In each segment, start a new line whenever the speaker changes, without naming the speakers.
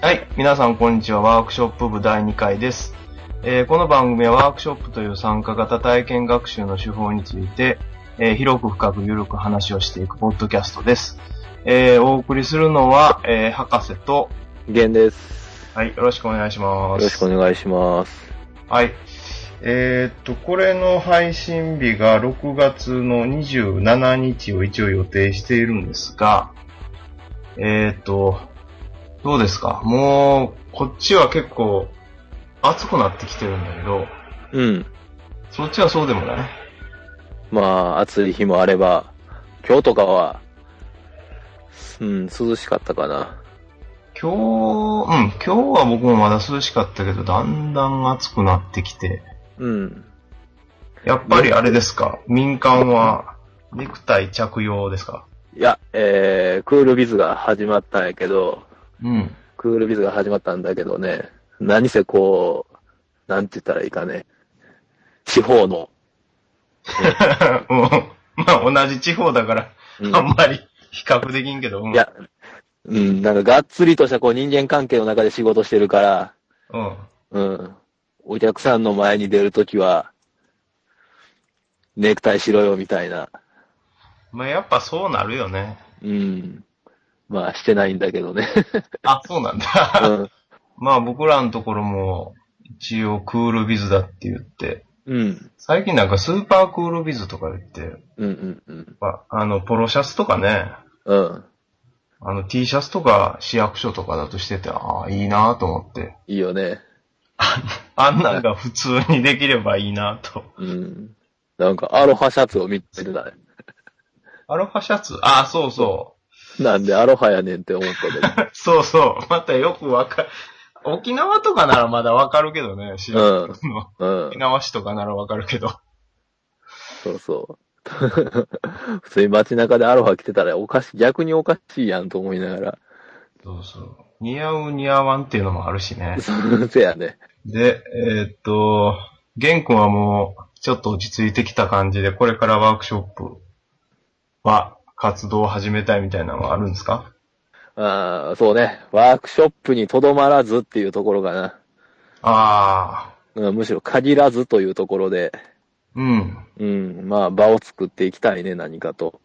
はい。皆さん、こんにちは。ワークショップ部第2回です。えーこの番組はワークショップという参加型体験学習の手法について、えー広く深く緩く話をしていくポッドキャストです。えーお送りするのは、えー博士と、
ゲンです。
はい。よろしくお願いしま
よ
す。
ろしくお願いします。
はい。えーっと、これの配信日が6月の27日を一応予定しているんですが、えーっと、どうですかもう、こっちは結構暑くなってきてるんだけど、
うん。
そっちはそうでもない
まあ、暑い日もあれば、今日とかは、うん、涼しかったかな。
今日、うん、今日は僕もまだ涼しかったけど、だんだん暑くなってきて、
うん。
やっぱりあれですか民間はネクタイ着用ですか
いや、えー、クールビズが始まったんやけど、
うん。
クールビズが始まったんだけどね、何せこう、なんて言ったらいいかね、地方の、
うんまあ同じ地方だから、
うん
あんまり比較できんけど、うん。
いや、うん、なんかがっつりとしたこう人間関係の中で仕事してるから、
うん。
うん。お客さんの前に出るときは、ネクタイしろよみたいな。
まあやっぱそうなるよね。
うん。まあ、してないんだけどね。
あ、そうなん
う
だ。
ん。
まあ僕らのところも、一応クールビズだって言って、
うん。
最近なんかスーパークールビズとか言って、
うん。うん。
まあ、あの、ポロシャツとかね、
うん。
あの T シャツとか市役所とかだとしてて、ああ、いいなと思って。
いいよね。
あんなんが普通にできればいいなと。
うん。なんか、アロハシャツを見つけてない。
アロハシャツああ、そうそう。
なんでアロハやねんって思ったけ
そうそう。またよくわか、沖縄とかならまだわかるけどね。知らん
ど。
の
うん。う
沖
ん。
縄市とかならわかるけど。
そうそう。 普通に街中でアロハ着てたらおかしい、逆におかしいやんと思いながら。
そうそう。似合う似合わんっていうのもあるしね。
そう せやね。
で、えーっと、玄君はもう、ちょっと落ち着いてきた感じで、これからワークショップは、活動を始めたいみたいなのはあるんですか
ああ、そうね。ワークショップにとどまらずっていうところかな。
ああ、
うんむしろ限らずというところで、
うん。
うん、まあ場を作っていきたいね、何かと。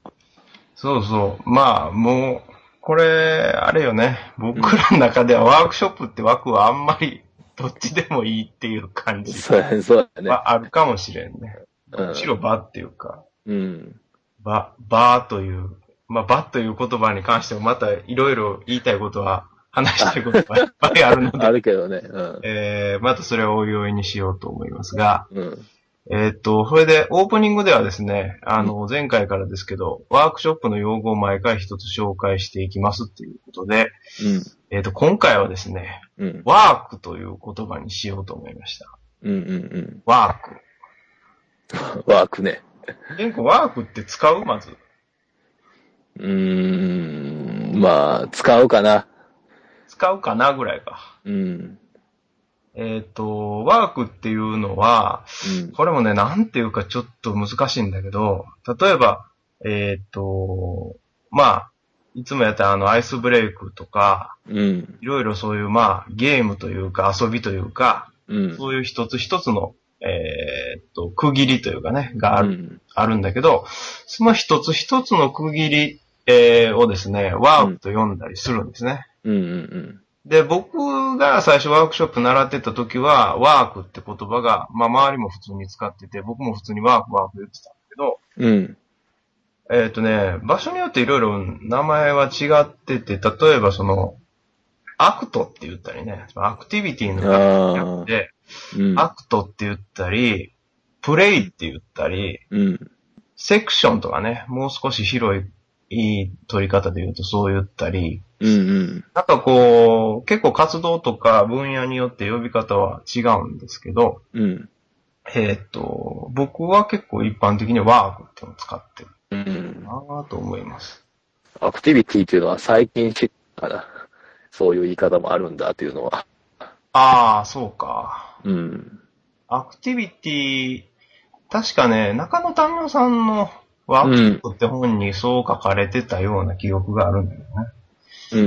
そうそう。まあ、もう、これ、あれよね。僕らの中ではワークショップって枠はあんまり、どっちでもいいっていう感じ
そうやね、そうやね。
はあるかもしれんね。
うん
むしろ場っていうか、
うん。
場、場という、まあ、場という言葉に関してもまたいろいろ言いたいことは、話したいことはいっぱいあるの
あ
で、
るけどね、うん。
えー、またそれをおいおいにしようと思いますが、
うん。
えーっと、それでオープニングではですね、あの、前回からですけど、ワークショップの用語を毎回一つ紹介していきますっていうことで、えっ、と、今回はですね、
うん。うん。
ワークという言葉にしようと思いました。
うん。うん。
ワーク。
うん。ワークね。
結構ワークって使うまず。
うーん。まあ、使うかな。
使うかなぐらいか。
うん。
えっ、と、ワークっていうのは、
うん。
これもね、なんていうかちょっと難しいんだけど、例えば、えっ、と、まあ、いつもやったらあの、アイスブレイクとか、
うん。
いろいろそういう、まあ、ゲームというか、遊びというか、
うん。
そういう一つ一つの、えっ、と、区切りというかね、があ
う
る
ん。
あるんだけど、その一つ一つの区切り、えーをですね、ワークと読んだりするんですね。
うん。うん。
で、僕が最初ワークショップ習ってた時は、ワークって言葉が、まあ周りも普通に使ってて、僕も普通にワークワーク言ってたんだけど、
うん。
えっ、とね、場所によっていろいろ名前は違ってて、例えばその、アクトって言ったりね、アクティビティの
ああ。
で、
うん。
アクトって言ったり、プレイって言ったり、
うん。
セクションとかね、もう少し広い、いい取り方で言うとそう言ったり、
うん。うん。
なんかこう、結構活動とか分野によって呼び方は違うんですけど、
うん。
えーっ、と、僕は結構一般的にワークっていうのを使ってる
うん。
なと思います。
アクティビティっていうのは最近知ったから、そういう言い方もあるんだっていうのは。
ああ、そうか。
うん。
アクティビティ、確かね、中野丹野さんのワークショップって本にそう書かれてたような記憶があるんだよね。
うんう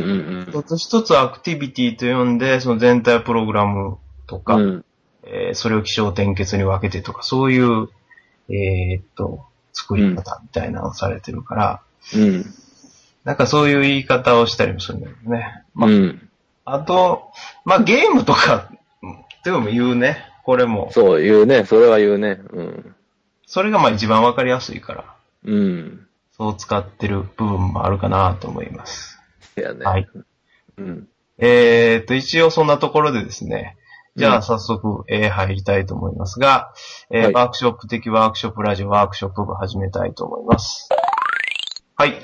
ん
一つ一つアクティビティと呼んで、その全体プログラムと
う
か、
ん。うん。
えーそれを気象点結に分けてとか、そういう、えーっと、作り方みたいなのをされてるから、
うん。
なんかそういう言い方をしたりもするんだよね。まあ、
うん。
あと、まあゲームとか、でも言うね。これも。
そう、言うね。それは言うね。うん。
それがまあ一番わかりやすいから、
うん。
そう使ってる部分もあるかなと思います。
せやね。
はい。
うん。
えーっと、一応そんなところでですね、じゃ
う
あ
ん
早速、えー入りたいと思いますが、えー
はい
ワークショップ的ワークショップラジオワークショップ部始めたいと思います。はい。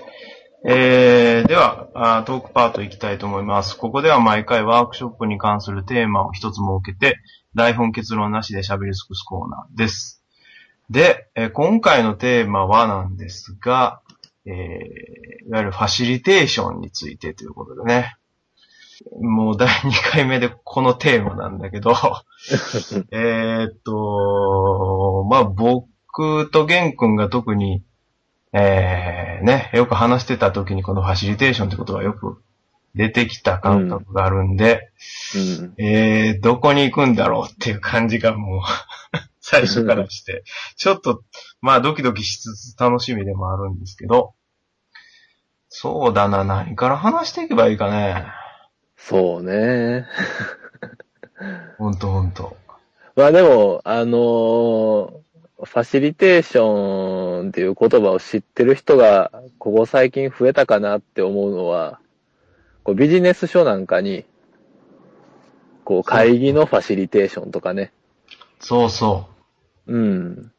えー、ではあー、トークパート行きたいと思います。ここでは毎回ワークショップに関するテーマを一つ設けて、台本結論なしで喋り尽くすコーナーです。で、えー今回のテーマはなんですが、えー、いわゆるファシリテーションについてということでね。もう第2回目でこのテーマなんだけど、えーっと、まあ、僕と玄君が特に、えー、ね、よく話してた時にこのファシリテーションってことがよく出てきた感覚があるんで、
うん。
えー、どこに行くんだろうっていう感じがもう、 最初からして、ちょっと、まあドキドキしつつ楽しみでもあるんですけど、そうだな、何から話していけばいいかね。
そうね。
ほんとほんと。
まあでも、あのーファシリテーションっていう言葉を知ってる人が、ここ最近増えたかなって思うのは、こうビジネス書なんかに、こう会議のファシリテーションとかね。
そうそう。
うん。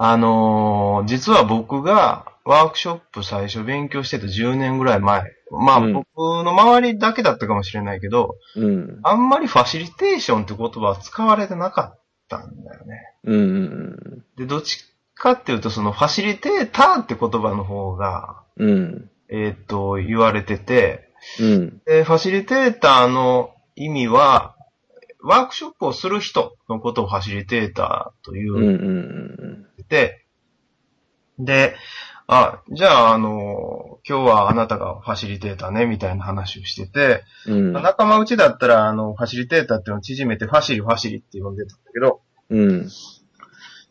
あのー実は僕がワークショップ最初勉強してた10年ぐらい前。まあ
うん
僕の周りだけだったかもしれないけど、
うん。
あんまりファシリテーションって言葉は使われてなかったんだよね。
うんうん
で、どっちかっていうと、その、ファシリテーターって言葉の方が、
うん。うん。
えっ、と、言われてて、
うん。
で、ファシリテーターの意味は、ワークショップをする人のことをファシリテーターとい
うん。う
うんっ
うん。
てて、で、あ、じゃあ、あの、今日はあなたがファシリテーターね、みたいな話をしてて、
うん。
仲間内だったら、あの、ファシリテーターっていうのを縮めて、ファシリファシリって呼んでたんだけど、
うん。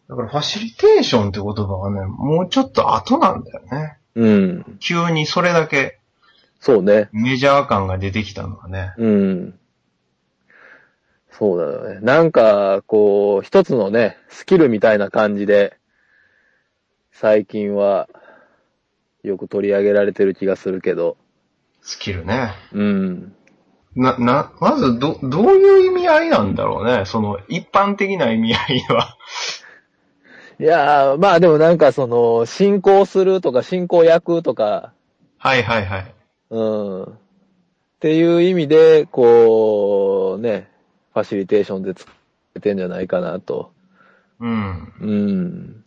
だからファシリテーションって言葉はね、もうちょっと後なんだよね。
うん。
急にそれだけ
そうね。
メジャー感が出てきたのがね。
うん。そうだよね。なんか、こう、一つのね、スキルみたいな感じで、最近は、よく取り上げられてる気がするけど、
スキルね。
うん。
な、な、まずど、どういう意味合いなんだろうね。その、一般的な意味合いは。
いやー、まあでもなんかその、進行するとか、進行役とか、
はいはいはい。
うん。っていう意味で、こう、ね、ファシリテーションで使ってんじゃないかなと。
うん。
うん。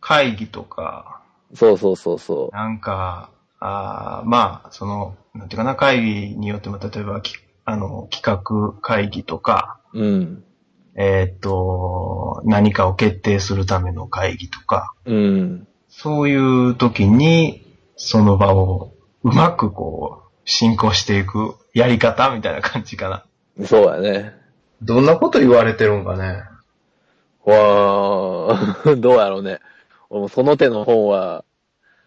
会議とか、
そうそうそうそう。
なんか、あーまあ、その、なんていうかな、会議によっても、例えば、きあの、企画会議とか、
うん。
えーっと、何かを決定するための会議とか、
うん。
そういう時に、その場をうまくこう、進行していくやり方みたいな感じかな。
そうやね。
どんなこと言われてるんかね。
わー、どうやろうね。俺もその手の本は、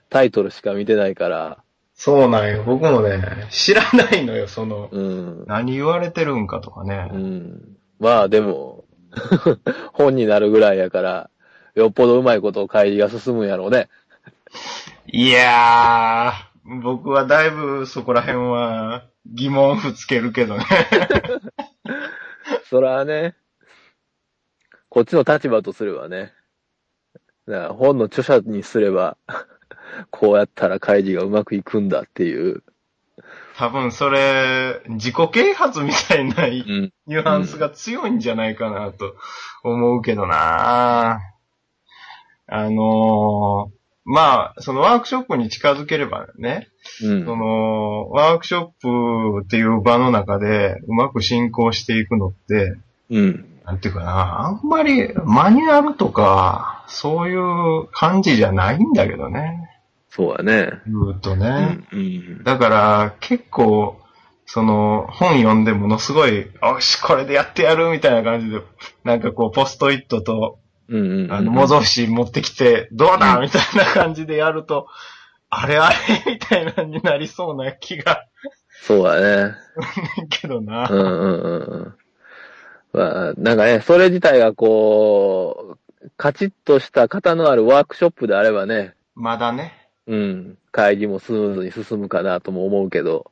タイトルしか見てないから、
そうなんよ。僕もね、知らないのよ、その。
うん。
何言われてるんかとかね
う。ん。まあでも、 本になるぐらいやから、よっぽどうまいことを会議が進むんやろうね。
いやー、僕はだいぶそこら辺は疑問符つけるけどね。
そらね、こっちの立場とすればね、だから本の著者にすれば、 こうやったら会議がうまくいくんだっていう。
多分それ、自己啓発みたいなニ
うん。
ュアンスが強いんじゃないかなと思うけどなあのーまあ、そのワークショップに近づければね、
うん
そ。の、ワークショップっていう場の中でうまく進行していくのって、
うん。
なんていうかな、あんまりマニュアルとか、そういう感じじゃないんだけどね、
そうやね。
言うと
う
ね。
ん。うん
だから、結構、その、本読んでものすごい、よし、これでやってやるみたいな感じで、なんかこう、ポストイットと、
うんうんうん。
あの、模造紙持ってきて、どうだみたいな感じでやると、あれあれみたいなになりそうな気が、
そうだね。
けど
う
な。
んうんうんうん。まあ、なんかね、それ自体がこう、カチッとした型のあるワークショップであればね、
まだね、
うん、会議もスムーズに進むかなとも思うけど、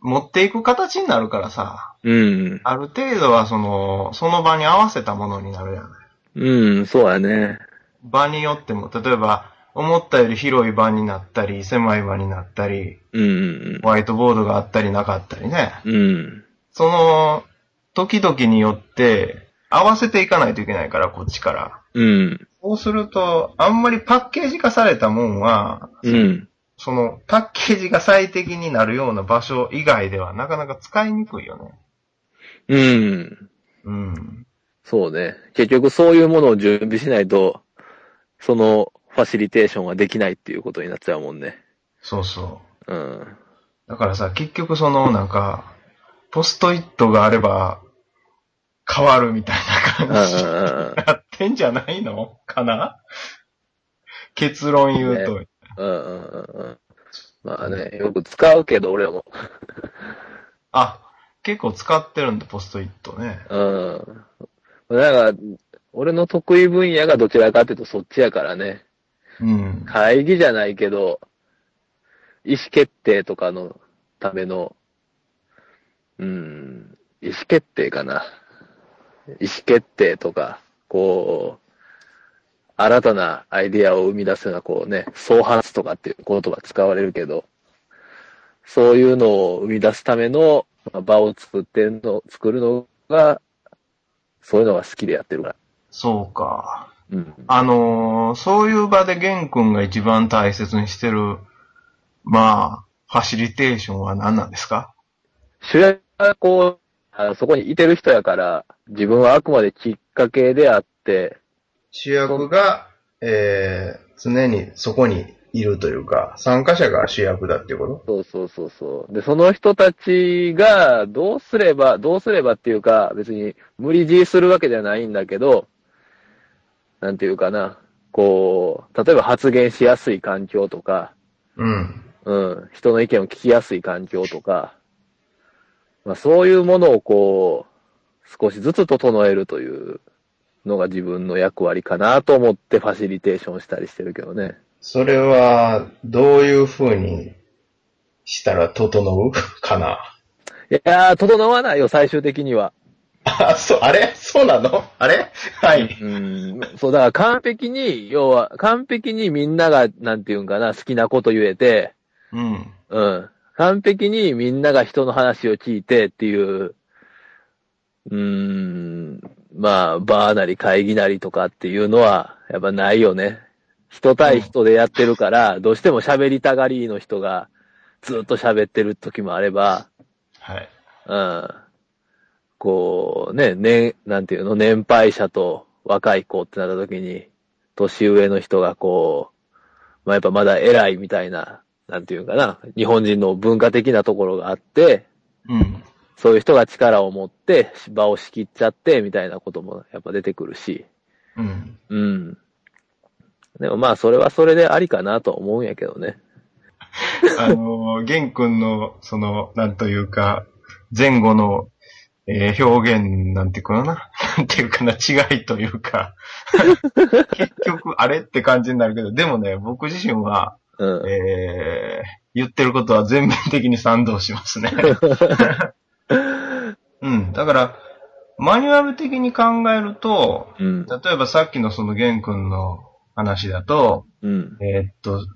持っていく形になるからさ、
うん、
ある程度はその、その場に合わせたものになるやん。
うん、そうだね。
場によっても、例えば、思ったより広い場になったり、狭い場になったり、
うんうん
ホワイトボードがあったりなかったりね。
うん、うん、
その、時々によって、合わせていかないといけないから、こっちから。
うん、
そうすると、あんまりパッケージ化されたもんは、
うん、
その、パッケージが最適になるような場所以外では、なかなか使いにくいよね。
うん、
うん。
そうね。結局そういうものを準備しないと、そのファシリテーションはできないっていうことになっちゃうもんね。
そうそう。
うん。
だからさ、結局その、なんか、ポストイットがあれば、変わるみたいな
うんうん
感じに
うん
なってんじゃないのかな結論言うと。
うんうんうんうん。まあね、よく使うけど、俺も。
あ、結構使ってるんだ、ポストイットね。
うん。なんか、俺の得意分野がどちらかっていうとそっちやからね。
うん。
会議じゃないけど、意思決定とかのための、うん、意思決定かな。意思決定とか、こう、新たなアイデアを生み出すような、こうね、創発とかっていう言葉使われるけど、そういうのを生み出すためのまあ場を作ってんの、作るのが、そういうのが好きでやってるから。
そうか。
うん。
あのーそういう場で玄君が一番大切にしてる、まあ、ファシリテーションは何なんですか
主役がこう、あのそこにいてる人やから、自分はあくまできっかけであって、
主役が、えー、常にそこにいるというか、参加者が主役だっていうこと
そうそうそうそう。で、その人たちがどうすれば、どうすればっていうか、別に無理強いするわけじゃないんだけど、なんていうかな、こう、例えば発言しやすい環境とか、
うん。
うん、人の意見を聞きやすい環境とか、まあそういうものをこう、少しずつ整えるというのが自分の役割かなと思ってファシリテーションしたりしてるけどね。
それは、どういう風にしたら整う かない
やー、整わないよ、最終的には。
あ、そう、あれそうなのあれはい。
うん、そう、だから完璧に、要は、完璧にみんなが、なんていうんかな、好きなこと言えて、
うん。
うん。完璧にみんなが人の話を聞いてっていう、うーん、まあ、バーなり会議なりとかっていうのは、やっぱないよね。人対人でやってるから、どうしても喋りたがりの人がずっと喋ってる時もあれば、
はい。
うん。こう、ね、ね、なんていうの、年配者と若い子ってなった時に、年上の人がこう、まあ、やっぱまだ偉いみたいな、なんていうかな、日本人の文化的なところがあって、
うん。
そういう人が力を持って、場を仕切っちゃって、みたいなこともやっぱ出てくるし、
うん。
うん。でもまあ、それはそれでありかなとは思うんやけどね。
あの、玄君の、その、なんというか、前後の、えー表現、なんていうかな、なんていうかな、違いというか、 結局、あれって感じになるけど、でもね、僕自身は、
うん。
えー言ってることは全面的に賛同しますね。うん、だから、マニュアル的に考えると、
うん。
例えばさっきのその玄君の話だと、
うん。
えーっと、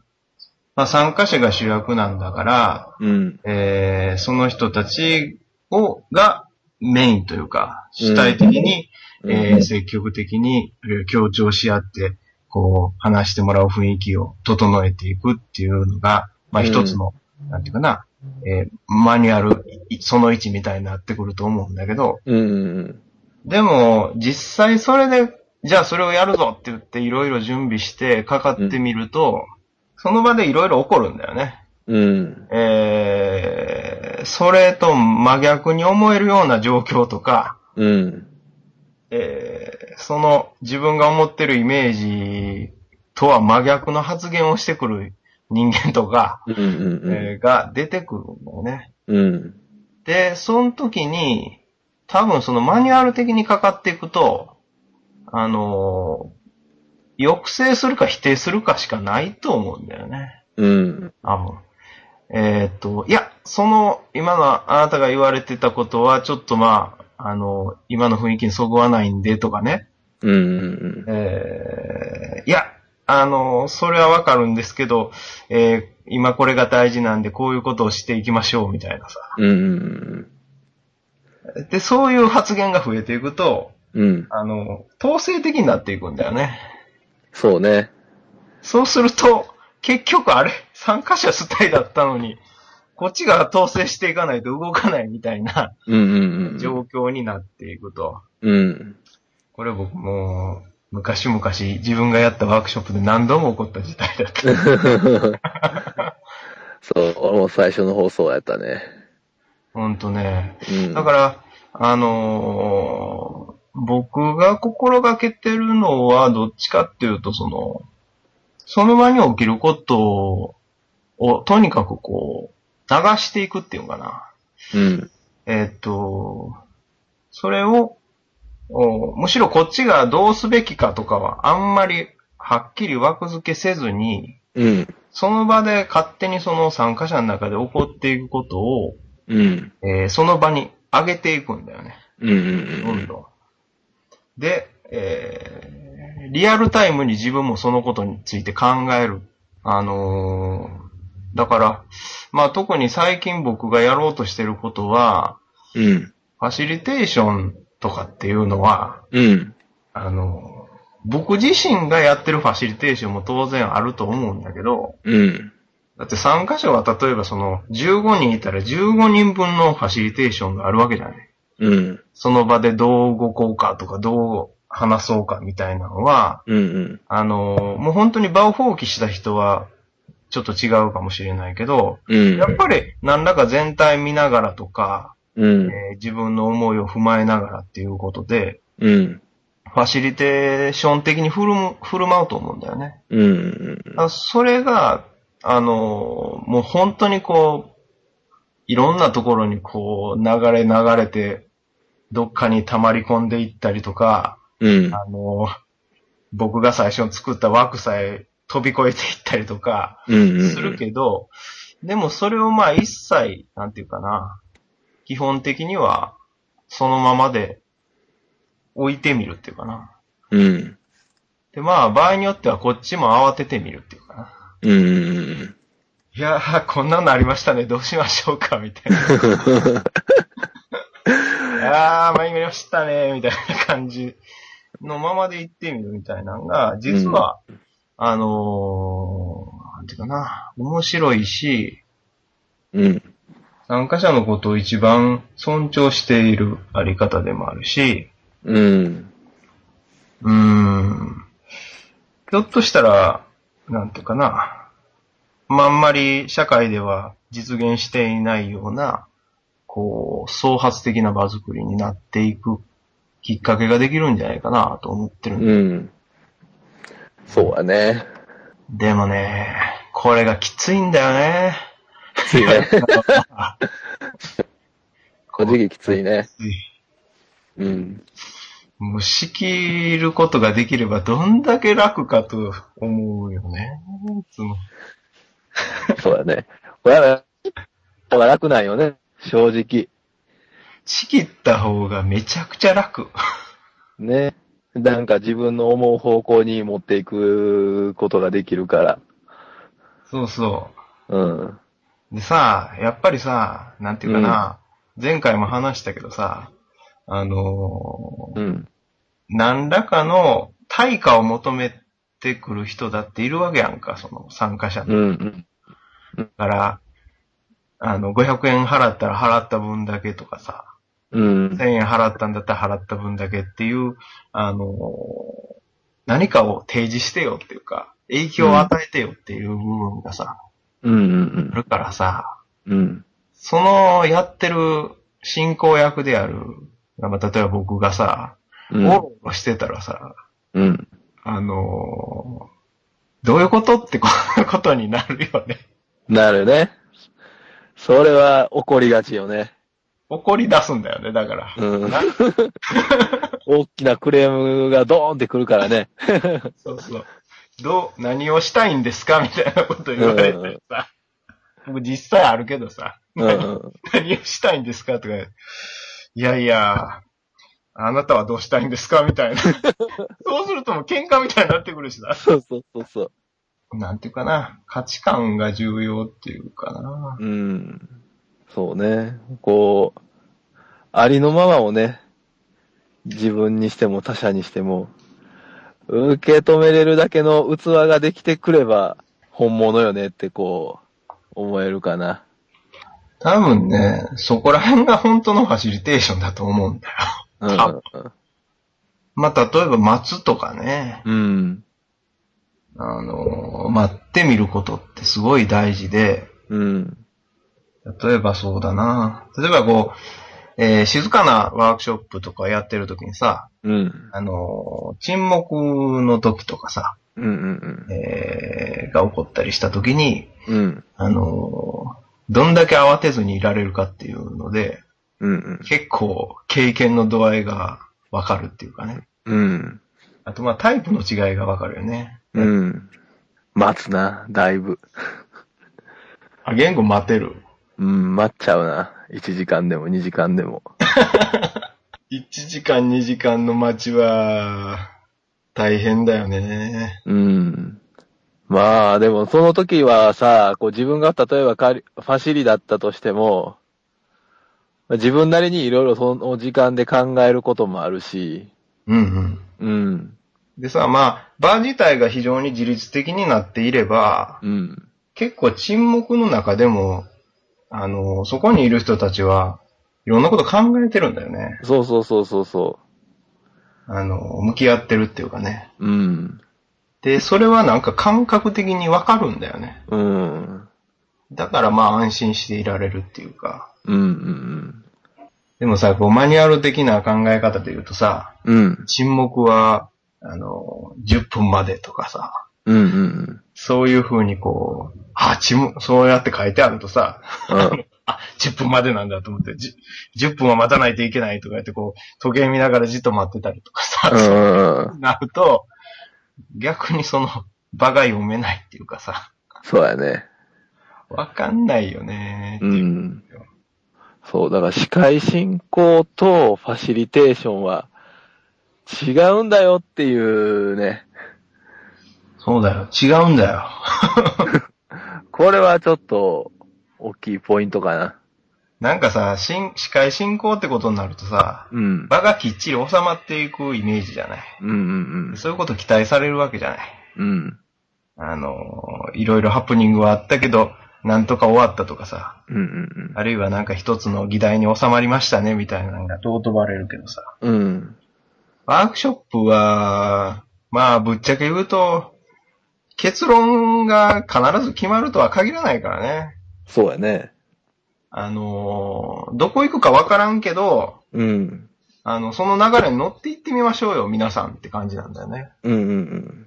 まあ、参加者が主役なんだから、
うん。
えーその人たちを、がメインというか、主体的に、
うん
えー積極的にえー協調し合って、こう、話してもらう雰囲気を整えていくっていうのが、まあ
うん
一つの、なんていうかな、えーマニュアル、いその1みたいになってくると思うんだけど、
うん。うん。
でも、実際それで、じゃあそれをやるぞって言っていろいろ準備してかかってみると、その場でいろいろ起こるんだよね。
うん。
えーそれと真逆に思えるような状況とか、
うん。
えーその自分が思ってるイメージとは真逆の発言をしてくる人間とか、
うんうん
えーが出てくるんだよね。
うん。うん。
で、その時に、多分そのマニュアル的にかかっていくと、あのー抑制するか否定するかしかないと思うんだよね。
うん。
多分。えーっと、いや、その、今のあなたが言われてたことは、ちょっとまあ、あの、今の雰囲気にそぐわないんでとかね。
うんうん
えーいや、あの、それはわかるんですけど、えー今これが大事なんで、こういうことをしていきましょう、みたいなさ。
うん。うん
で、そういう発言が増えていくと、
うん。うん。
あの、統制的になっていくんだよね。
そうね。
そうすると、結局あれ、参加者主体だったのに、こっちが統制していかないと動かないみたいな、
うんうん
状況になっていくと。
うん。うん。
これ僕もう、昔々自分がやったワークショップで何度も起こった事態だった。
そう、俺も最初の放送やったね。
ほんとね。
うん。
だから、あのー僕が心がけてるのはどっちかっていうと、その、その場に起きることを、とにかくこう、流していくっていうのかな。
うん。
えっと、それを、おむしろこっちがどうすべきかとかはあんまりはっきり枠付けせずに、
うん。
その場で勝手にその参加者の中で起こっていくことを、
うん。
えーその場に上げていくんだよね。
うんうんう
どん
ん。
どん。で、えーリアルタイムに自分もそのことについて考える。あのーだから、まあ特に最近僕がやろうとしてることは、
うん。
ファシリテーションとかっていうのは、
うん。
あの、僕自身がやってるファシリテーションも当然あると思うんだけど、
うん。
だって参加者は例えばその15人いたら15人分のファシリテーションがあるわけじゃない。
うん。
その場でどう動こうかとかどう話そうかみたいなのは、
うん。
あの、もう本当に場を放棄した人はちょっと違うかもしれないけど、
うん。
やっぱり何らか全体見ながらとか、
うん
え。ー自分の思いを踏まえながらっていうことで、
うん。
ファシリテーション的に振る舞振る舞うと思うんだよね。
うん。
あそれが、あの、もう本当にこう、いろんなところにこう、流れ流れて、どっかに溜まり込んでいったりとか、
うん。
あの、僕が最初に作った枠さえ飛び越えていったりとか、
うん。
するけど、でもそれをまあ一切、なんていうかな、基本的には、そのままで置いてみるっていうかな。
うん。
で、まあ、場合によってはこっちも慌ててみるっていうかな。
うん。
いやー、こんなのありましたね。どうしましょうかみたいな。あー、参りましたね。みたいな感じのままで行ってみるみたいなのが、実は、あのー、なんていうかな、面白いし、
うん。
参加者のことを一番尊重しているあり方でもあるし、
うん。
うーん。ひょっとしたら、なんていうかな。まあ、あんまり社会では実現していないような、こう、創発的な場作りになっていくきっかけができるんじゃないかなと思ってるんで。
うん。そうやね。
でもね、これがきついんだよね。
きつい ね。正直きついね。うん。
もう仕切ることができればどんだけ楽かと思うよね。いつも
そうだね。これは、これは楽なんよね。正直。
仕切った方がめちゃくちゃ楽。
ね。なんか自分の思う方向に持っていくことができるから。
そうそう。
うん。
でさ、やっぱりさ、なんていうかな、前回も話したけどさ、あのー
うん。
何らかの対価を求めてくる人だっているわけやんか、その参加者
う
だ
ん。
から、あの、500円払ったら払った分だけとかさ、
うん。
1000円払ったんだったら払った分だけっていう、あのー何かを提示してよっていうか、影響を与えてよっていう部分がさ、
うん。うん。
あるからさ、
うん。
そのやってる進行役である、なんか例えば僕がさ、
う
オ
ん。
ロオロしてたらさ、
うん。
あのーどういうことってこ ことになるよね。
なるね。それは怒りがちよね。
怒り出すんだよね、だから。
うん
な。
大きなクレームがドーンってくるからね。
そうそう。どう、何をしたいんですかみたいなこと言われてさ。僕実際あるけどさ。
うんうん。
何をしたいんですかとか言われて。いやいや、あなたはどうしたいんですかみた いな。そうするともう喧嘩みたいになってくるしさ。
そうそうそうそう。
なんていうかな。価値観が重要っていうかな。
うん。そうね。こう、ありのままをね、自分にしても他者にしても、受け止めれるだけの器ができてくれば、本物よねってこう、思えるかな。
多分ね、そこら辺が本当のファシリテーションだと思うんだよ。
うん。
まあ、例えば待つとかね。
うん。
あの、待ってみることってすごい大事で、
うん。
例えばそうだな。例えばこう、えー静かなワークショップとかやってるときにさ、
うん。
あのー、沈黙の時とかさ、
うん。うん。
えーが起こったりした時に、
うん。
あのー、どんだけ慌てずにいられるかっていうので、
うん。
結構経験の度合いがわかるっていうかね。
うん。
あとまあタイプの違いがわかるよね。
うん。待つな、だいぶ。
あ、言語待てる。
うん、待っちゃうな。1時間でも2時間でも。
1時間2時間の待ちは、大変だよね。
うん。まあ、でもその時はさ、こう自分が例えば仮ファシリだったとしても、まあ自分なりにいろいろその時間で考えることもあるし、
うんうん。
うん、
でさ、まあ、バー自体が非常に自律的になっていれば、
うん、
結構沈黙の中でも、あの、そこにいる人たちは、いろんなこと考えてるんだよね。
そうそうそうそうそ
あの、向き合ってるっていうかね。
う、うん、
で、それはなんか感覚的にわかるんだよね。
うん、うん、
だからまあ安心していられるっていうか。
うん、
でもさ、こうマニュアル的な考え方で言うとさ、
うん、
沈黙は、あの、10分までとかさ、
うん、うん、うん、
そういう風にこう、あ、沈黙、そうやって書いてあるとさ、あ、10分までなんだと思って、じゅ 10, 分は待たないといけないとか言って、こう、時計見ながらじっと待ってたりとかさ、そう
うん、
なると、逆にその、場が読めないっていうかさ、
そうやね。
わかんないよね
う。ん。そう、だから司会進行とファシリテーションは違うんだよっていうね、
そうだよ。違うんだよ。
これはちょっと大きいポイントかな。
なんかさ、新、司会進行ってことになるとさ、
うん。
場がきっちり収まっていくイメージじゃない。
うんうん
そういうこと期待されるわけじゃない。
うん。うん。
あの、いろいろハプニングはあったけど、なんとか終わったとかさ、
うんうん
あるいはなんか一つの議題に収まりましたね、みたいなのが尊ばれるけどさ。
うん。うん。
ワークショップは、まあ、ぶっちゃけ言うと、結論が必ず決まるとは限らないからね。
そうやね。
あのーどこ行くかわからんけど、
うん。
あの、その流れに乗って行ってみましょうよ、皆さんって感じなんだよね。
うんうんうん。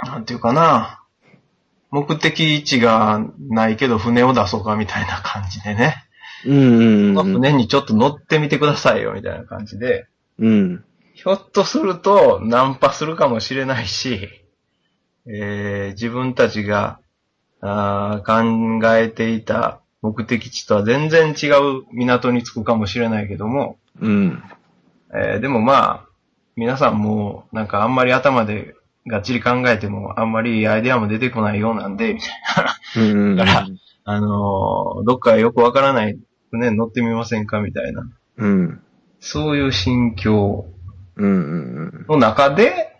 なんていうかな。目的地がないけど船を出そうかみたいな感じでね。
うんうんうん。
船にちょっと乗ってみてくださいよみたいな感じで。
うん。
ひょっとすると、ナンパするかもしれないし、えー自分たちがあー考えていた目的地とは全然違う港に着くかもしれないけども、
うん。
えーでもまあ、皆さんもうなんかあんまり頭でがっちり考えてもあんまりいいアイデアも出てこないようなんで、みたいな。
うん。
だからあのーどっかよくわからない船に乗ってみませんかみたいな。
うん。
そういう心境
うんうん
の中で、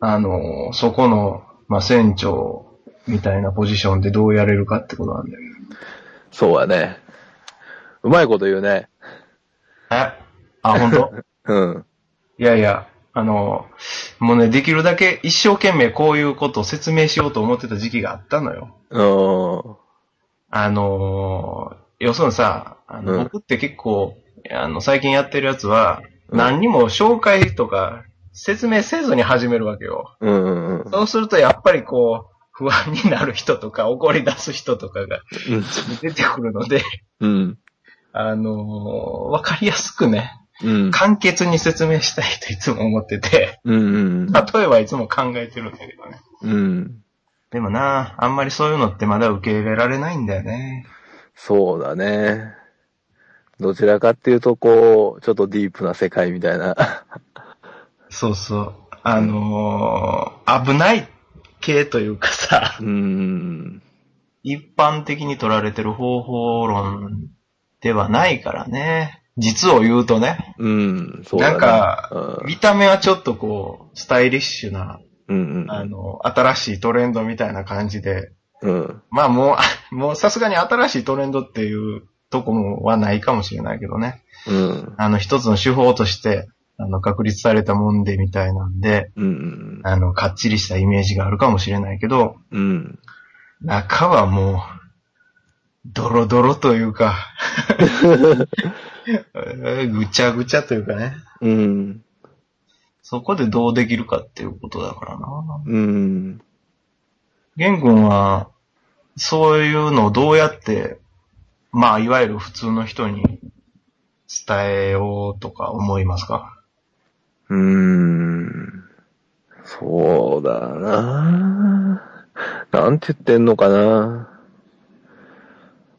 あの、そこの、まあ、船長みたいなポジションでどうやれるかってことなんだよね。
そうやね。うまいこと言うね。
えあ、本当
うん。
いやいや、あの、もうね、できるだけ一生懸命こういうことを説明しようと思ってた時期があったのよ。
うん。
あの、要するにさ、あの、
うん
僕って結構、あの、最近やってるやつは、
うん
何にも紹介とか説明せずに始めるわけよ。
うんうんうん。
そうするとやっぱりこう、不安になる人とか怒り出す人とかが出てくるので、
うん。
あのーわかりやすくね、
うん。
簡潔に説明したいといつも思ってて、
うんうん
例えばいつも考えてるんだけどね。
うん。うん。
でもな、あんまりそういうのってまだ受け入れられないんだよね。
そうだね。どちらかっていうと、こう、ちょっとディープな世界みたいな。
そうそう。あのー危ない系というかさ
う、ん。
一般的に取られてる方法論ではないからね。実を言うとね、
うん。そうだね。
なんか見た目はちょっとこう、スタイリッシュな、
うん、うん
あの、新しいトレンドみたいな感じで、
うん。うん。
まあもうあ、もう さすがに新しいトレンドっていうとこもはないかもしれないけどね。
うん。
あの、一つの手法として、あの、確立されたもんでみたいなんで、
うん。
あの、かっちりしたイメージがあるかもしれないけど、
うん。
中はもう、ドロドロというか、 えーぐちゃぐちゃというかね。
うん。
そこでどうできるかっていうことだからな。
うん。
玄君は、そういうのをどうやって、まあ、いわゆる普通の人に伝えようとか思いますか
うーん。そうだななんて言ってんのかな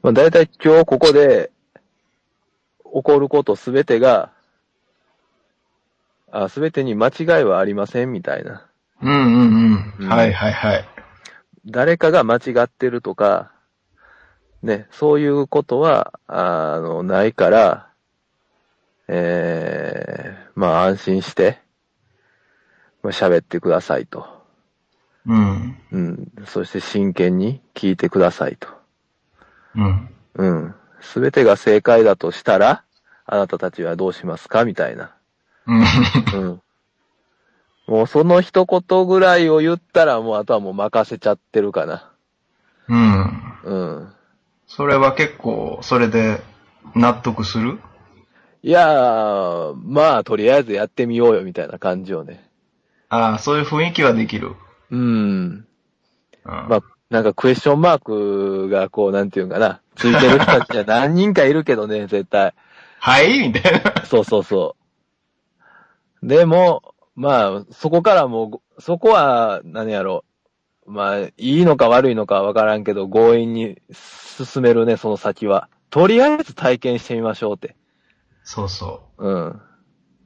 まあ大体今日ここで起こることすべてが、あ、すべてに間違いはありませんみたいな。
うんうんう。
うんん
はいはいはい。
誰かが間違ってるとか、ね、そういうことは、あの、ないから、ええまあ安心して、まあ喋ってくださいと。
うん。
うん。そして真剣に聞いてくださいと。
うん。
うん。すべてが正解だとしたら、あなたたちはどうしますかみたいな。
うん。
うん。もうその一言ぐらいを言ったら、もうあとはもう任せちゃってるかな。
うん。
うん。
それは結構、それで納得する
いやー、まあ、とりあえずやってみようよ、みたいな感じをね。
ああ、そういう雰囲気はできる。
うん。
うん
まあ、なんかクエスチョンマークが、こう、なんていうんかな。ついてる人たちは何人かいるけどね、 絶対。
はいみたいな。
そうそうそう。でも、まあ、そこからもうご、そこは、何やろう。まあ、いいのか悪いのかわからんけど、強引に進めるね、その先は。とりあえず体験してみましょうって。
そうそ
うん。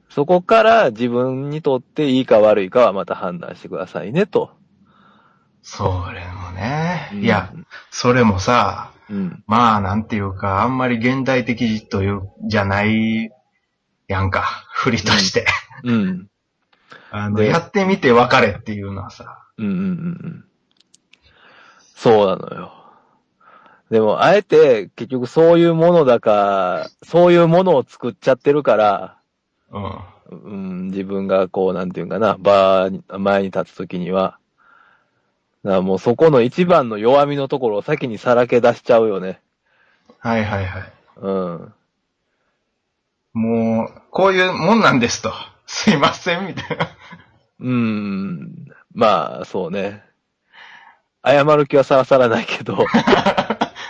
そこから自分にとっていいか悪いかはまた判断してくださいね、と。
う。それもね。
うん
いや、それもさ、
うん。
まあ、なんていうか、あんまり現代的という、じゃない、やんか。振りとして。
うん。
あの、
で
やってみて別れっていうのはさ。
うんうんうんうん。そうなのよ。でも、あえて、結局そういうものだか、そういうものを作っちゃってるから、
うん。
うん、自分がこう、なんていうんかな、バーに、前に立つときには、だからもうそこの一番の弱みのところを先にさらけ出しちゃうよね。
はいはいはい。
うん。
もう、こういうもんなんですと。すいません、みたいな。
うん。まあ、そうね。謝る気はさらさらないけ ど、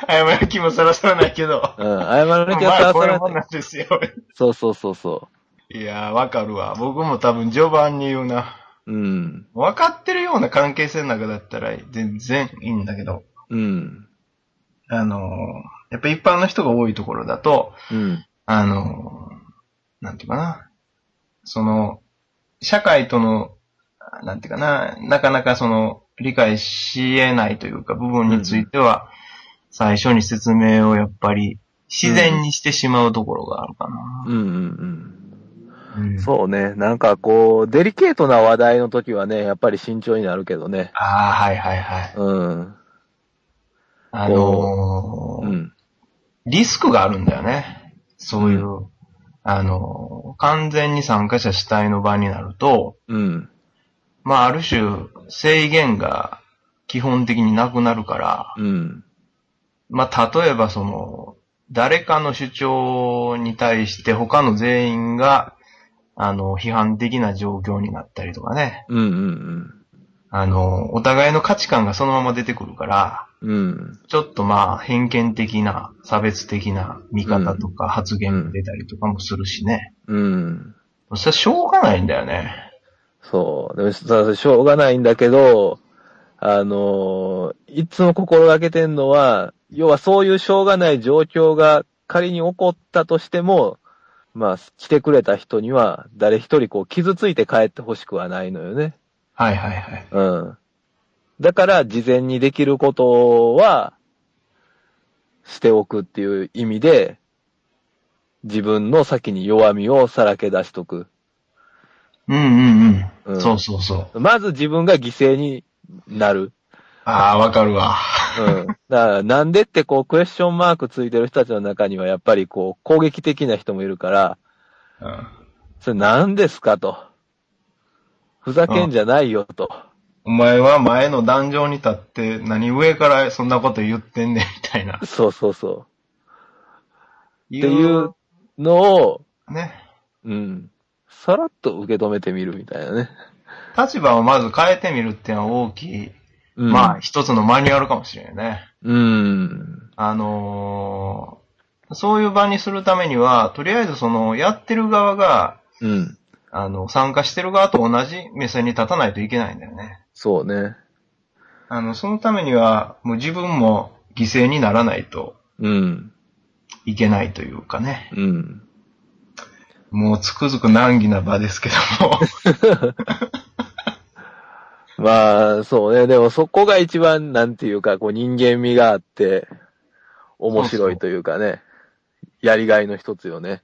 謝る気もさらさらないけど。
うん、謝る気は
ま
さ
あ、
ら
こう
さ
いう
ら
もん
な。
ないんですよ。
そうそうそうそ
いやー、わかるわ。僕も多分序盤に言うな。
う。うん。
分かってるような関係性の中だったら全然いいんだけど、
うん。
あのーやっぱ一般の人が多いところだと、
うん。
あのーなんていうかな、その、社会との、あなんていうかな、なかなかその、理解し得ないというか、部分については、最初に説明をやっぱり、自然にしてしまうところがあるかな。
うん。うん。
うん
そうね。なんかこう、デリケートな話題の時はね、やっぱり慎重になるけどね。
ああ、はいはいはい。
うん。
あのー
うん。
リスクがあるんだよね。そういう、あの、完全に参加者主体の場になると、
うん。
まあ、ある種、制限が基本的になくなるから、
うん。
まあ、例えばその、誰かの主張に対して他の全員が、あの、批判的な状況になったりとかね。
うんうん
あの、お互いの価値観がそのまま出てくるから、
うん。うん。
ちょっとまあ、偏見的な、差別的な見方とか発言が出たりとかもするしね。
うん。
それはしょうがないんだよね。
そう。でも、さしょうがないんだけど、あのー、いつも心がけてんのは、要はそういうしょうがない状況が仮に起こったとしても、まあ、来てくれた人には、誰一人こう、傷ついて帰ってほしくはないのよね。
はいはいはい。
うん。だから、事前にできることは、しておくっていう意味で、自分の先に弱みをさらけ出しとく。
うんうんうん。
うん
そうそうそう。
まず自分が犠牲になる。
ああ、わかるわ。
うん。だから、なんでってこう、クエスチョンマークついてる人たちの中には、やっぱりこう、攻撃的な人もいるから、
うん
それなんですかと。ふざけんじゃないよと。
お前は前の壇上に立って何上からそんなこと言ってんねんみたいな。
そうそうそ
って
う。っていう。のを、
ね。
うん。さらっと受け止めてみるみたいなね。
立場をまず変えてみるっていうのは大きい。
うん、
まあ、一つのマニュアルかもしれないね。
うん。
あのーそういう場にするためには、とりあえずその、やってる側が、
うん。
あの、参加してる側と同じ目線に立たないといけないんだよね。
そうね。
あの、そのためには、もう自分も犠牲にならないと
うん。
いけないというかね。
うん。
もうつくづく難儀な場ですけども。
まあ、そうね。でもそこが一番、なんていうか、こう人間味があって、面白いというかね。やりがいの一つよね。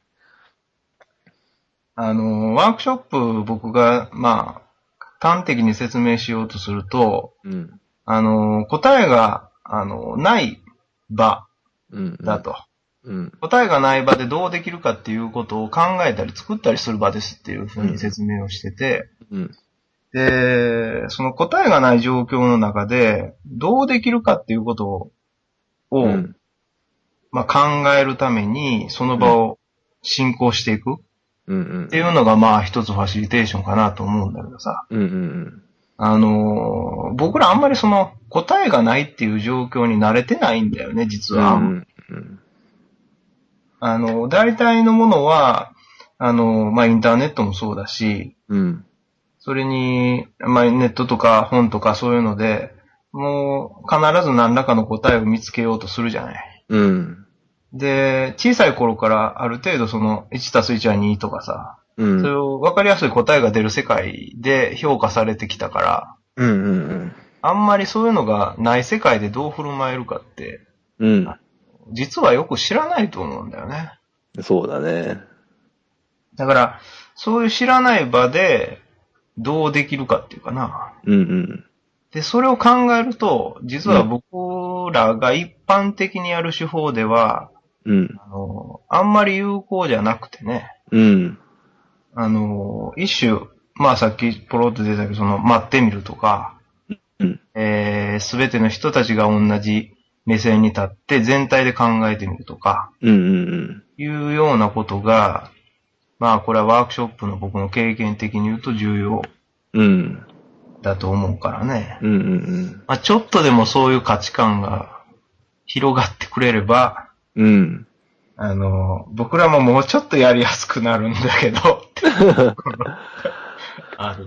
あの、ワークショップ僕が、まあ、端的に説明しようとすると、
うん。
あの、答えが、あの、ない場
うん。
だ。と。
うん。
答えがない場でどうできるかっていうことを考えたり作ったりする場ですっていうふうに説明をしてて、
うん。
で、その答えがない状況の中で、どうできるかっていうことを、
うん。
まあ、考えるために、その場を進行していくっ
うん。うん
て。いうのが、まあ、一つファシリテーションかなと思うんだけどさ。
うん。うん。
あのー僕らあんまりその答えがないっていう状況に慣れてないんだよね、実は。
うん。うん。
あの、大体のものは、あの、まあ、インターネットもそうだし、
うん。
それに、まあ、ネットとか本とかそういうので、もう必ず何らかの答えを見つけようとするじゃない。
うん。
で、小さい頃からある程度その1たす1は2とかさ、
うん。
それを分かりやすい答えが出る世界で評価されてきたから、
うん。うん。
あんまりそういうのがない世界でどう振る舞えるかって、
うん。
実はよく知らないと思うんだよね。
そうだね。
だから、そういう知らない場で、どうできるかっていうかな。
うん。
で、それを考えると、実は僕らが一般的にやる手法では、
うん。うん。
あの、あんまり有効じゃなくてね、
うん。
あの、一種、まあさっきポロッと出たけど、その、待ってみるとか、
うん
えー、すべての人たちが同じ目線に立って全体で考えてみるとか、
うん。うん。
いうようなことが、まあこれはワークショップの僕の経験的に言うと重要
うん。
だと思うからね。
うん。うん。
まあちょっとでもそういう価値観が広がってくれれば、
うん。
あの、僕らももうちょっとやりやすくなるんだけ ど、ある。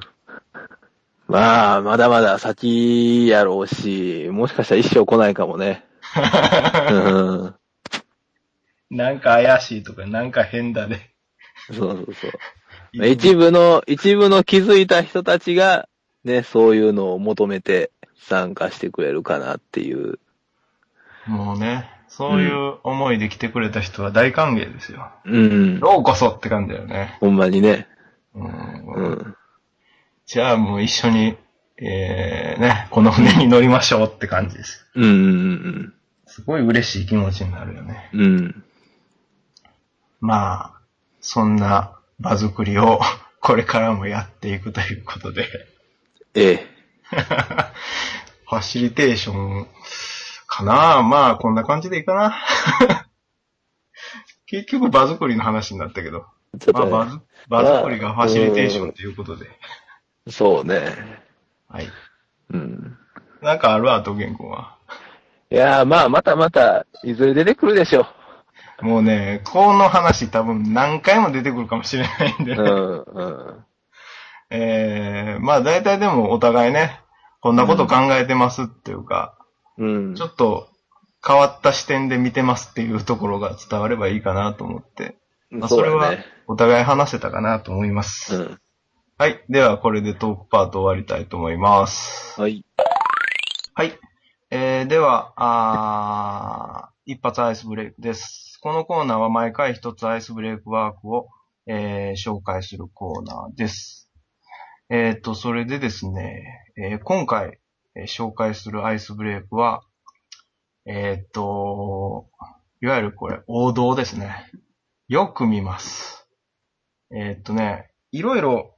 まあ、まだまだ先やろうし、もしかしたら一生来ないかもね。うん。
なんか怪しいとか、なんか変だね。
そうそう そう。一部の、一部の気づいた人たちが、ね、そういうのを求めて参加してくれるかなっていう。
もうね、そういう思いで来てくれた人は大歓迎ですよ。
うん。
どうこそって感じだよね。
ほんまにね。
うん
うん。
じゃあもう一緒に、えー、ね、この船に乗りましょうって感じです。
うんうん
すごい嬉しい気持ちになるよね。
うんうん。うん。
まあ、そんな場作りを これからもやっていくということで、
ええ。
ファシリテーションかなまあ、こんな感じでいいかな。 結局場作りの話になったけど。
ちょっ
まあ、
と、ね
場づ場作りがファシリテーションということで。
そうね。
はい。
うん。
なんかあるわ、と言語は。
いやー、まあ、またまた、いずれ出てくるでしょ
もうね、この話多分何回も出てくるかもしれないん
う。
で
う。ん、うん。
えー、まあ大体でもお互いね、こんなこと考えてますっていうか、
うん
ちょ。っと変わった視点で見てますっていうところが伝わればいいかなと思って、まあ、それ
だ
は
ね。
お互い話せたかなと思いま
う
す。
ん。
はい。ではこれでトークパート終わりたいと思います。
はい。
はい。えー、では、あー一発アイスブレイクです。このコーナーは毎回一つアイスブレイクワークを、えー紹介するコーナーです。えっ、と、それでですね、えー今回、えー紹介するアイスブレイクは、えっ、と、いわゆるこれ、王道ですね。よく見ます。えっ、とね、いろいろ、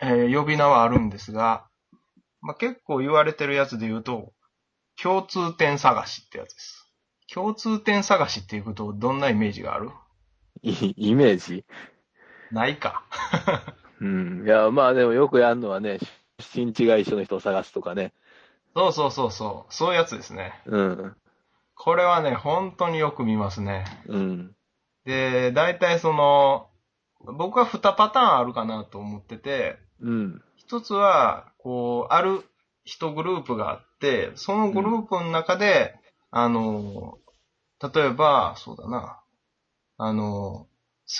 えー呼び名はあるんですが、まあ、結構言われてるやつで言うと、共通点探しってやつです。共通点探しっていうことをどんなイメージがある
いイ メージ
ないか。
うん。いや、まあでもよくやるのはね、新地が一緒の人を探すとかね。
そうそうそうそう。そういうやつですね。
うん。
これはね、本当によく見ますね。
うん。
で、大体その、僕は2パターンあるかなと思ってて、
うん。
一つは、こう、ある人グループがあって、そのグループの中で、あの、例えば、そうだな、あの、好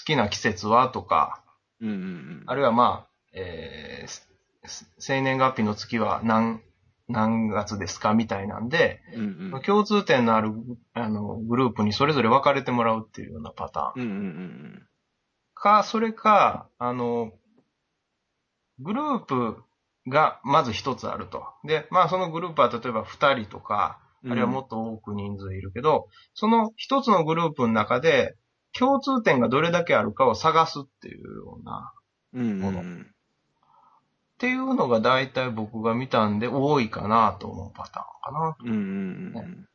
きな季節はとか、
うんうん
あるいはまあ、えーす生年月日の月は何、何月ですかみたいなんで、
うん。うんうん。
共通点のある、あの、グループにそれぞれ分かれてもらうっていうようなパターン。
うんうんうん
か、それか、あの、グループがまず一つあると。で、まあそのグループは例えば二人とか、
うん。
あるいはもっと多く人数いるけど、その一つのグループの中で共通点がどれだけあるかを探すっていうような、
うんうん
っていうのが大体僕が見たんで多いかなと思うパターンかな。
うん。うんうん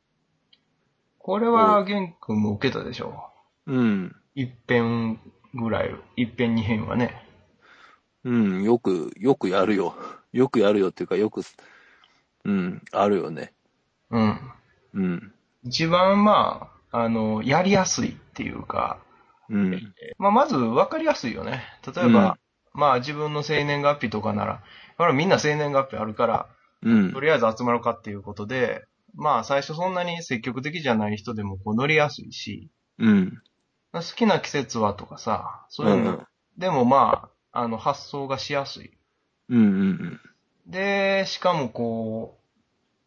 これは玄君も受けたでしょ
うん。うん。
一遍ぐらい、一遍二遍はね。
うん、よく、よくやるよ。よくやるよっていうか、よくす、うん、あるよね。
うん。
うん。
一番まあ、あの、やりやすいっていうか、
うん。
まあ、まず分かりやすいよね。例えば、まあ自分の生年月日とかなら、ほらみんな生年月日あるから、
うん
と。りあえず集まるかっていうことで、まあ最初そんなに積極的じゃない人でもこう乗りやすいし、
うん。
好きな季節はとかさ、そういうの、でもまあ、あの発想がしやすい。
うんうん
で、しかもこ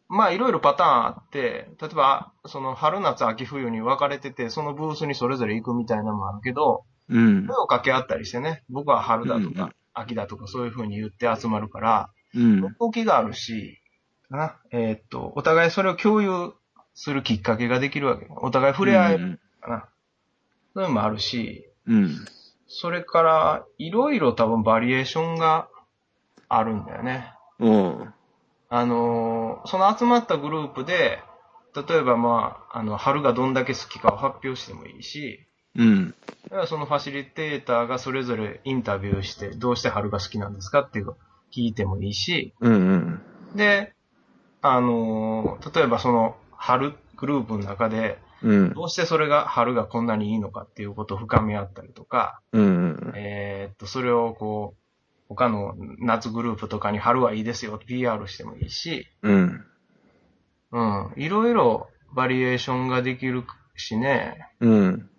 う、まあいろいろパターンあって、例えば、その春夏秋冬に分かれてて、そのブースにそれぞれ行くみたいなのもあるけど、
うん。うん
声を掛け合ったりしてね、僕は春だと
うんうん
か秋だとかそういう風に言って集まるから、
うん。
動きがあるし、かな。えーっと、お互いそれを共有するきっかけができるわけ。お互い触れ合え
う
る
ん
かな。そういうのもあるし、
うん。
それから、いろいろ多分バリエーションがあるんだよね。
うん。
あのーその集まったグループで、例えばまあ、あの、春がどんだけ好きかを発表してもいいし、
うん。
だからそのファシリテーターがそれぞれインタビューして、どうして春が好きなんですかっていうのを聞いてもいいし、
うんうん。
で、あのー例えばその春グループの中で、
うん。
どうしてそれが春がこんなにいいのかっていうことを深み合ったりとか、
うん。
えーっと、それをこう、他の夏グループとかに春はいいですよ、PR してもいいし、
うん。
うん。いろいろバリエーションができるしね。
うん。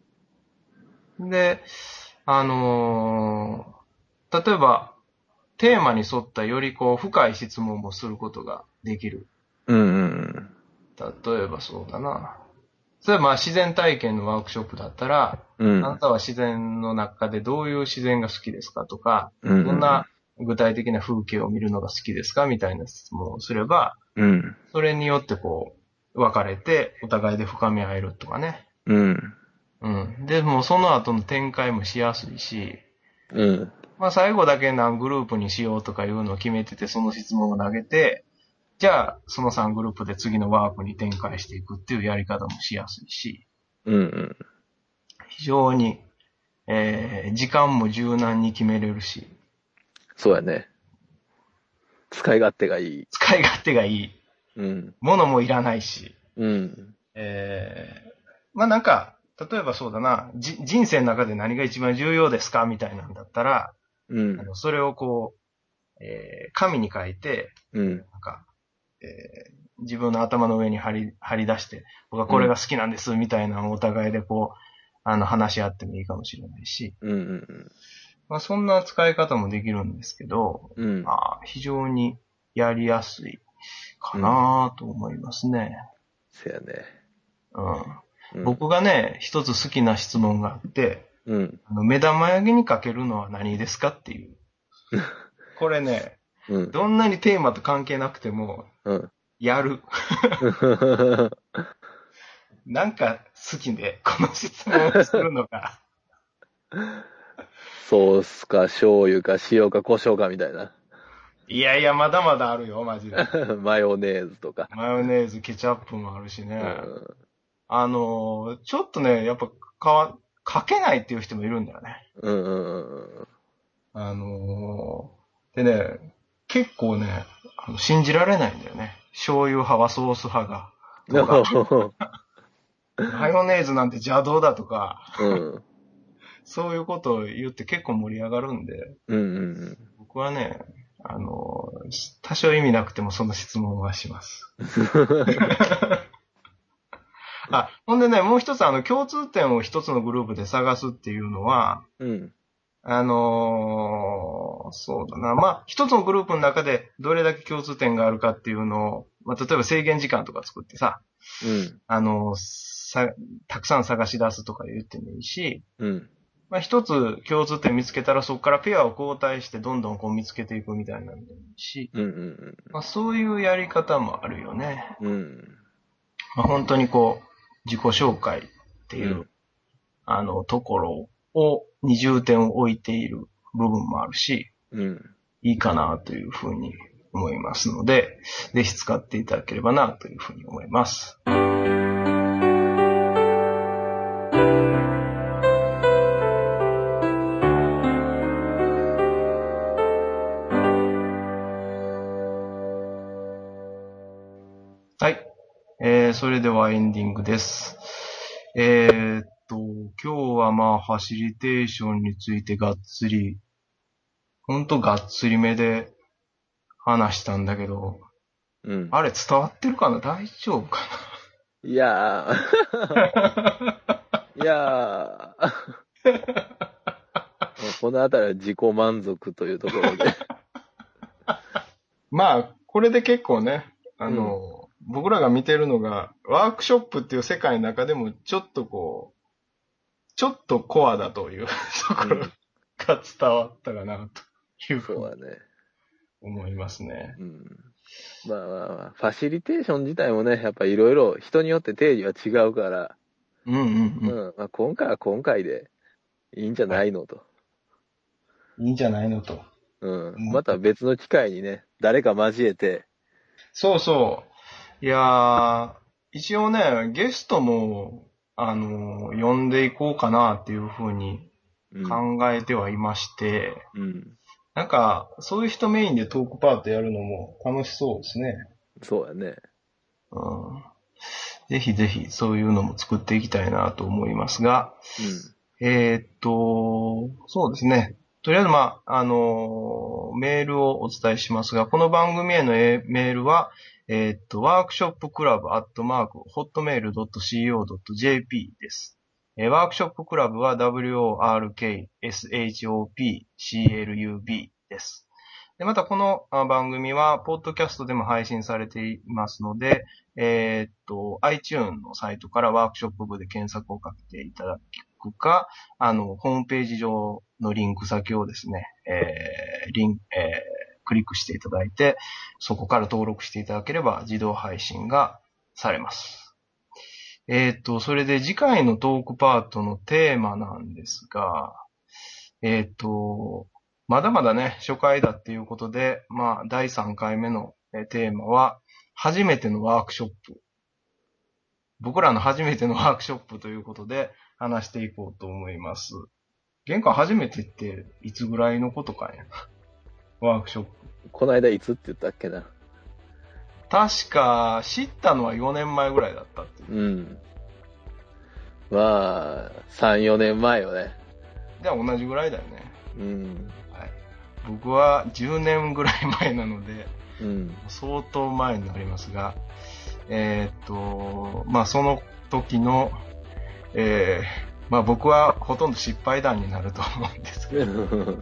で、あのー例えば、テーマに沿ったよりこう、深い質問もすることができる。
うん。
例えばそうだな。それはまあ自然体験のワークショップだったら、
う
あ
ん。
なたは自然の中でどういう自然が好きですかとか、
う
どんな。具体的な風景を見るのが好きですかみたいな質問をすれば、
うん。
それによってこう、分かれて、お互いで深み合えるとかね。
うん。
うん。で、もうその後の展開もしやすいし、
うん。
まあ最後だけ何グループにしようとかいうのを決めてて、その質問を投げて、じゃあその3グループで次のワークに展開していくっていうやり方もしやすいし、
うん。
非常に、えー時間も柔軟に決めれるし、
そうやね。使い勝手がいい。
使い勝手がいい。
うん。
物もいらないし、
うん。
えーまあなんか、例えばそうだな、じ人生の中で何が一番重要ですかみたいなんだったら、
うん
あ。のそれをこう、えー紙に書いて、
うん。
なんか、えー自分の頭の上に貼り、貼り出して、僕はこれが好きなんです、みたいなのをお互いでこう、あの、話し合ってもいいかもしれないし、
うん。うん
まあ、そんな使い方もできるんですけど、
うん。
まあ、非常にやりやすいかなと思いますね。
そうやね。
う
うん
ん。。僕がね、一つ好きな質問があって、
うん。
あの目玉焼きにかけるのは何ですかっていう。これね、
うん。
どんなにテーマと関係なくても、
うん。
やる。なんか好きで、この質問をするの が。
ソースか醤油か塩か胡椒かみたいな。
いやいや、まだまだあるよ、マジで。
マヨネーズとか。
マヨネーズ、ケチャップもあるしね。
うん
あのー、ちょっとね、やっぱ、かわ、かけないっていう人もいるんだよね。
うんうんうん
あのー、でね、結構ね、あの信じられないんだよね。醤油派はソース派が。
うん。
とか、
う
マヨネーズなんて邪道だとか、
ん。
そういうことを言って結構盛り上がるんで、
うんうん
僕はね、あのー、多少意味なくてもその質問はします。あ、ほんでね、もう一つあの、共通点を一つのグループで探すっていうのは、
うん。うん。
あのーそうだな。まあ、一つのグループの中でどれだけ共通点があるかっていうのを、まあ、例えば制限時間とか作ってさ、
うん。
あのーさ、たくさん探し出すとか言ってもいいし、
うん。
まあ、一つ共通点見つけたらそこからペアを交代してどんどんこう見つけていくみたいなのでもいいし、
うんうん
まあ、そういうやり方もあるよね。
うん。うん。
まあ、本当にこう、自己紹介っていう、
うん
あの、ところを、に重点を置いている部分もあるし、
うん。
いいかなというふうに思いますので、ぜひ使っていただければなというふうに思います。はい。えー、それではエンディングです。えー、っと、今日はまあ、ファシリテーションについてがっつり、ほんとがっつりめで話したんだけど、
うん。
あれ伝わってるかな大丈夫か
いや ー。いやー。このあたりは自己満足というところで。
なまあ、これで結構ね、あの、僕らが見てるのが、ワークショップっていう世界の中でも、ちょっとこう、ちょっとコアだというところが伝わったかな、というふ
そう
うに
だね。
思いますね。
うん。まあまあまあ、ファシリテーション自体もね、やっぱいろいろ人によって定義は違うから、
うんうん
うん、まあ今回は今回でいいんじゃないのと。
うん。いいんじゃないのと。
うん。また別の機会にね、誰か交えて、
そうそう。いやー、一応ね、ゲストも、あのー呼んでいこうかなっていうふうに
うん。
考えてはいまして、
うん、
なんか、そういう人メインでトークパートやるのも楽しそうですね。
そうやね。
うん。ぜひぜひ、そういうのも作っていきたいなと思いますが、えーっと、そうですね。とりあえず、まあ、あのーメールをお伝えしますが、この番組へのえメールは、えーっと、ワークショップクラブアットマーク、hotmail.co.jp です。えーワークショップクラブは workshopclub です。でまた、このあ番組は、ポッドキャストでも配信されていますので、えーっと、iTune のサイトからワークショップ部で検索をかけていただくか、あの、ホームページ上のリンク先をですね、えー、リン、えー、クリックしていただいて、そこから登録していただければ自動配信がされます。えっ、と、それで次回のトークパートのテーマなんですが、えっ、と、まだまだね、初回だっていうことで、まあ、第3回目のえーテーマは、初めてのワークショップ。僕らの初めてのワークショップということで、話していこうと思います。玄関初めてって、いつぐらいのことかや。 ワークショップ。
この間いつって言ったっけな。
確か、知ったのは4年前ぐらいだったっていう。
うん。まあ、3、4年前よね。
じゃあ同じぐらいだよね。
うん。
僕は10年ぐらい前なので、
うん。
相当前になりますが、えーっと、まあその時の、えーまあ僕はほとんど失敗談になると思うんですけど、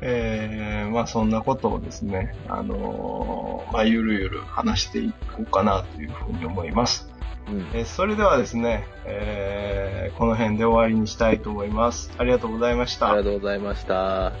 えーまあそんなことをですね、あのーまあゆるゆる話していこうかなというふうに思います。
うん
えーそれではですね、えーこの辺で終わりにしたいと思います。ありがとうございまし
あ
た
りが。とうございました。